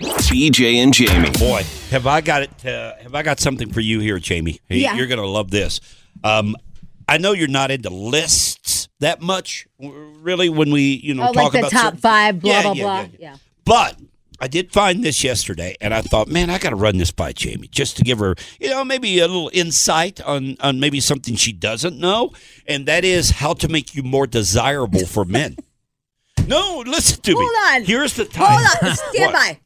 BJ and Jamie. Boy, have I got it? Uh, have I got something for you here, Jamie? Hey, Yeah. You're gonna love this. Um, I know you're not into lists that much, w- really. When we, you know, Oh, talk like the about top certain- five, blah, Yeah, blah, yeah, blah. yeah, Yeah, yeah. But I did find this yesterday, and I thought, man, I got to run this by Jamie just to give her, you know, maybe a little insight on on maybe something she doesn't know, and that is how to make you more desirable for men. No, listen to me. Hold on. Here's the time. Hold on. What? Stand by.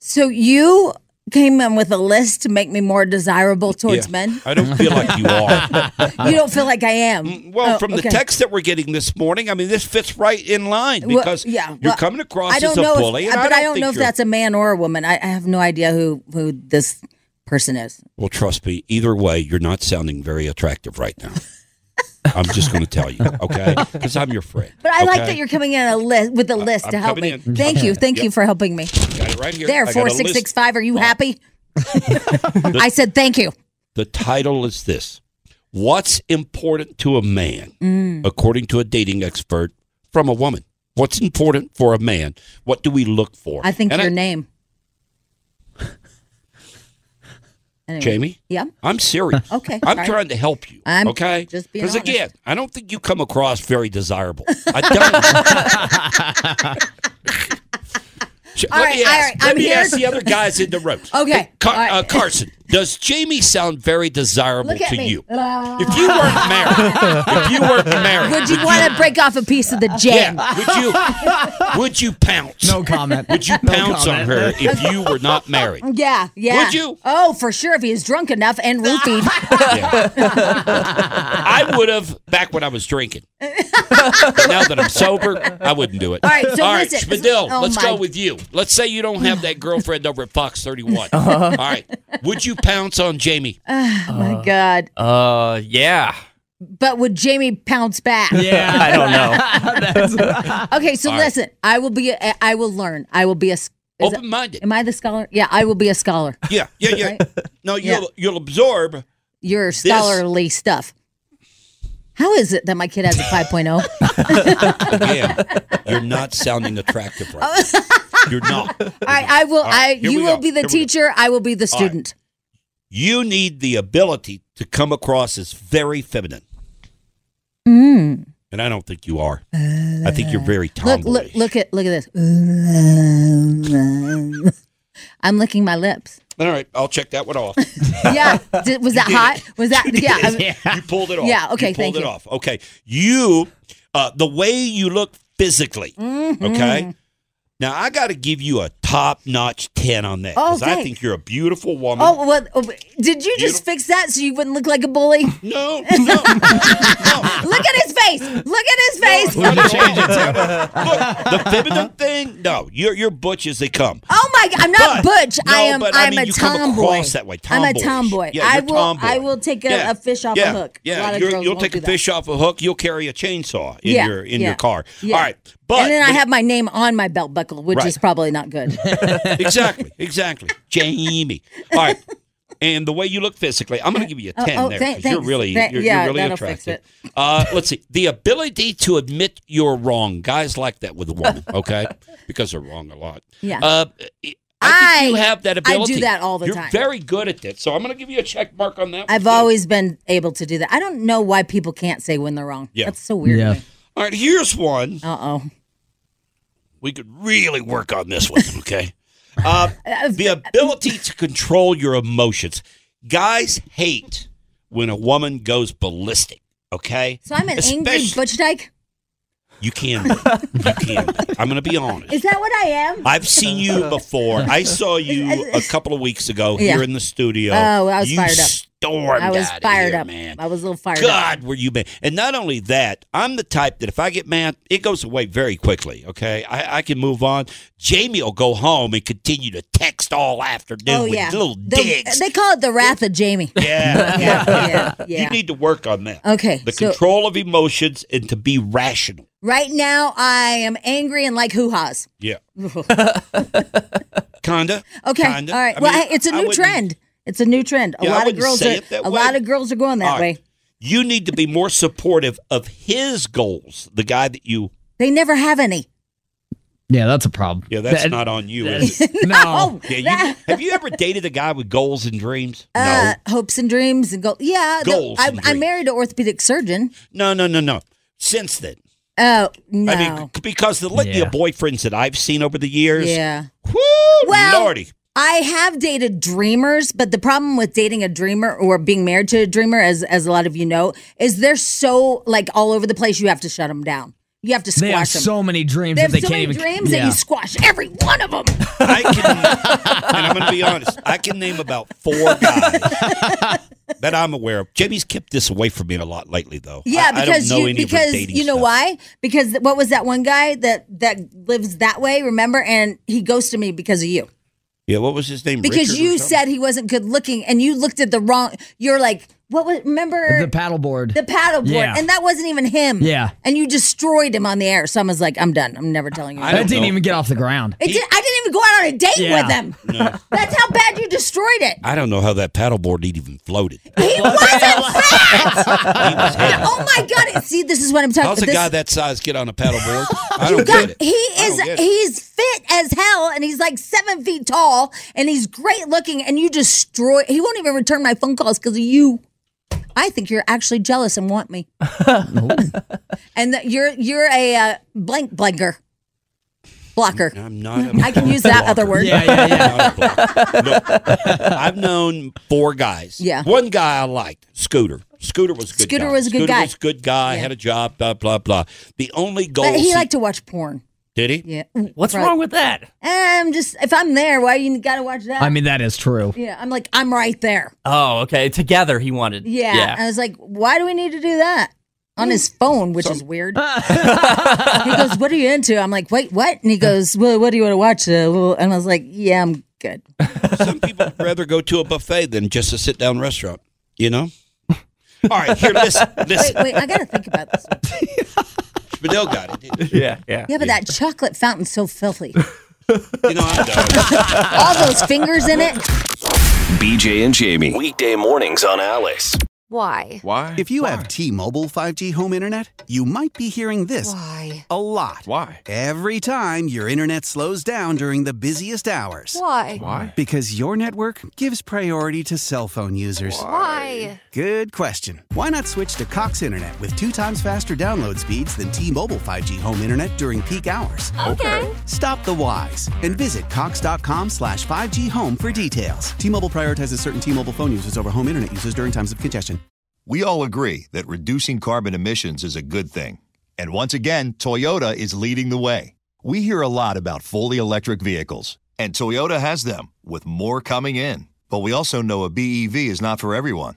So you came in with a list to make me more desirable towards Yeah. men. I don't feel like you are. You don't feel like I am. Mm, Well, Oh, from okay. the text that we're getting this morning, I mean, this fits right in line Well, because yeah, you're well, coming across I don't as a know, if- bully. and but I don't, think know if you're- that's a man or a woman. I, I have no idea who who this person is. Well, trust me, either way, you're not sounding very attractive right now. I'm just going to tell you, okay? Because I'm your friend. But I like okay? that you're coming in a list with a list to I'm help me. coming in. Thank you, thank you for helping me. Got it right here. I There, got four a list. six Uh-huh. six five. Are you happy? I said thank you. The title is this What's important to a man, Mm. according to a dating expert, from a woman? What's important for a man? What do we look for? I think And your name. Anyway. Jamie? Yeah. I'm serious. Okay, I'm sorry. trying to help you. I'm okay. just being honest. again, I don't think you come across very desirable. I don't. J- All let right, me all ask, right, let I'm me here. ask the other guys in the room. Okay, Hey, Car- all right. uh, Carson, does Jamie sound very desirable Look at to me. you? If you weren't married, if you weren't married, Would you want to break off a piece of the jam? yeah, would you? Would you pounce? No comment. Would you No pounce on comment. her if you were not married? Yeah, yeah. Would you? Oh, for sure. If he is drunk enough and roofied. I would have back when I was drinking. now that I'm sober, I wouldn't do it. All right, so All right, listen. Spadil, Oh, let's my- go with you. Let's say you don't have that girlfriend over at Fox 31. Uh-huh. All right, would you pounce on Jamie? oh my God. Uh, yeah. But would Jamie pounce back? Yeah, I don't know. Okay, so All right. Oh. listen. I will be. A, I will learn. I will be a. s- is it- Open minded. am I the scholar? Yeah, I will be a scholar. Yeah, yeah, yeah. Right? No, you'll you'll absorb. Your scholarly stuff. How is it that my kid has a oh? 5.0? Again, you're not sounding attractive right. now. You're not. I, I will. All I. right, here You we will go. be Here we the go. teacher. I will be the right. student. You need the ability to come across as very feminine, Mm. Uh. and I don't think you are. I think you're very Look! tomboyish. Look! Look at! Look at this. I'm licking my lips. All right, I'll check that one off. Yeah. Did, was that hot? Was that? Yeah. I mean- You pulled it off. Yeah, okay, You pulled thank it you. off. Okay. You, uh, the way you look physically, Mm-hmm. okay? Now, I got to give you a top notch 10 on that. Because Oh, I thanks. think you're a beautiful woman. Oh, well, oh, did you just fix that so you wouldn't look like a bully? No, no, no. Look at his face. Look at his face. Not at all. Look, the feminine thing, no. You're, you're butch as they come. Oh my! God, I'm not butch. no, I am. but, I I'm mean, a you come tomboy. across that way, I'm a tomboyish. tomboy. Yeah, I you're will. tomboy. I will take a, Yeah, a fish off yeah, a hook. Yeah, a lot of You're- girls you'll won't take do a that. fish off a hook. You'll carry a chainsaw in Yeah, your in yeah, your car. yeah. All right, but and then I but- have my name on my belt buckle, which Right. is probably not good. exactly, exactly. Jamie. All right. And the way you look physically, I'm going to give you a 10 oh, there thank- 'cause you're thanks. really, Thank- you're, yeah, you're really that'll attractive. fix Uh, let's see. The ability to admit you're wrong. Guys like that with a woman, okay? because they're wrong a lot. Yeah. Uh, I think you I- have that I do ability. that all the You're time. very good at that. So I'm going to give you a check mark on that. one, I've too. always been able to do that. I don't know why people can't say when they're wrong. Yeah. That's so weird. Yeah. Yeah. All right, here's one. Uh oh. We could really work on this one, okay? Uh, the ability to control your emotions. Guys hate when a woman goes ballistic, okay? So I'm an angry Especially- butch dyke. You can be. You can be. I'm going to be honest. Is that what I am? I've seen you before. I saw you a couple of weeks ago here Yeah. in the studio. Oh, I was you fired up. Stormed I was out of fired here, up. man. I was a little fired up. God, were you mad? And not only that, I'm the type that if I get mad, it goes away very quickly. Okay, I, I can move on. Jamie will go home and continue to text all afternoon Oh with yeah, little The- digs. They call it the wrath of Jamie. yeah, yeah, yeah, You yeah. need to work on that. Okay, the so- control of emotions and to be rational. Right now, I am angry and like hoo ha's. Yeah, okay, kinda. kinda. all right. I well, mean, hey, it's a I new wouldn't- trend. It's a new trend. A Yeah, I lot of wouldn't girls say are. it that A way. lot of girls are going that All way. right. You need to be more supportive of his goals. The guy that you. They never have any. Yeah, that's a problem. Yeah, that's That- not on you. that- Is it? Oh, no. Oh, Yeah, you, have you ever dated a guy with goals and dreams? Uh, hopes and dreams and goals. Yeah, the- Goals I, and I dreams. married an orthopedic surgeon. no, no, no, no, no. Since then, Oh no. I mean, c- because the litany Yeah. of boyfriends that I've seen over the years, yeah. whoo, Well- lordy, I have dated dreamers, but the problem with dating a dreamer or being married to a dreamer, as as a lot of you know, is they're so like all over the place. You have to shut them down. You have to They have squash them. so many dreams they have that they so many can't even. dreams yeah. that you squash every one of them. I can, and I'm going to be honest, I can name about four guys that I'm aware of. Jamie's kept this away from me a lot lately, though. I- Yeah, I, because don't know you any of her because dating you know stuff. why? Because what was that one guy that that lives that way? Remember, and he ghosted me because of you. Yeah, what was his name? Because Richard or you something? said he wasn't good looking, and you looked at the wrong. You're like, what was? Remember the paddleboard. the paddleboard, Yeah. and that wasn't even him. Yeah. and you destroyed him on the air. So I was like, I'm done. I'm never telling you. I that don't didn't know. even get off the ground. it did, I didn't even go out on a date Yeah. with him. That's how bad you destroyed it. I don't know how that paddleboard even floated. He He wasn't. was heavy. oh my god! See, this is what I'm talking. How's a this- guy that size get on a paddleboard? I don't God, get it. he I don't is get it. he's fit as hell and he's like seven feet tall and he's great looking and you destroy he won't even return my phone calls because of you i think you're actually jealous and want me and that you're you're a uh, blank blanker blocker I'm not. I can use that other word. Yeah, yeah, yeah. I've known four guys. Yeah. One guy I liked, Scooter. Scooter was a good Scooter guy. was a good Scooter guy. was a good guy, had a job, blah, blah, blah. The only goal. but he liked to watch porn Did he? yeah What's Right. with that? i'm just if i'm there why you gotta watch that I mean, that is true. yeah i'm like i'm right there Oh, okay. Together he wanted. yeah, uh, i was like why do we need to do that on his phone, which is weird. he goes, "What are you into?" I'm like, "Wait, what?" And he goes, "Well, what do you want to watch?" Uh, well," and I was like, "Yeah, I'm good." Some people would rather go to a buffet than just a sit down restaurant, you know? All right, here, listen. Wait, Listen. wait, I gotta think about this. One. Spadil got it. didn't he? Yeah. Yeah. Yeah, but that chocolate fountain's so filthy. You know, I don't. All those fingers in it. BJ and Jamie. Weekday mornings on Alice. Why? Why? If you have T-Mobile 5G home internet, you might be hearing this Why? a lot. Why? Every time your internet slows down during the busiest hours. Why? Why? Because your network gives priority to cell phone users. Why? Good question. Why not switch to Cox Internet with two times faster download speeds than T-Mobile 5G home internet during peak hours? Okay. Stop the whys and visit cox.com slash 5G home for details. T-Mobile prioritizes certain T-Mobile phone users over home internet users during times of congestion. We all agree that reducing carbon emissions is a good thing. And once again, Toyota is leading the way. We hear a lot about fully electric vehicles, and Toyota has them, with more coming in. But we also know a BEV is not for everyone,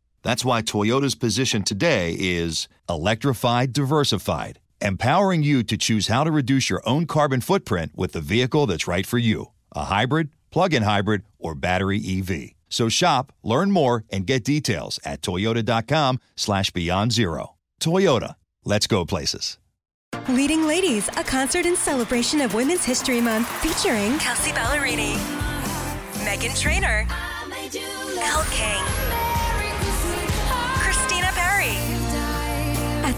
That's why Toyota's position today is electrified, diversified, empowering you to choose how to reduce your own carbon footprint with the vehicle that's right for you a hybrid, plug in hybrid, or battery EV. So shop, learn more, and get details at toyota.com slash beyond zero. Toyota, let's go places. Leading Ladies, a concert in celebration of Women's History Month featuring Kelsey Ballerini. Megan Trainer, Al King, Christina Perry. At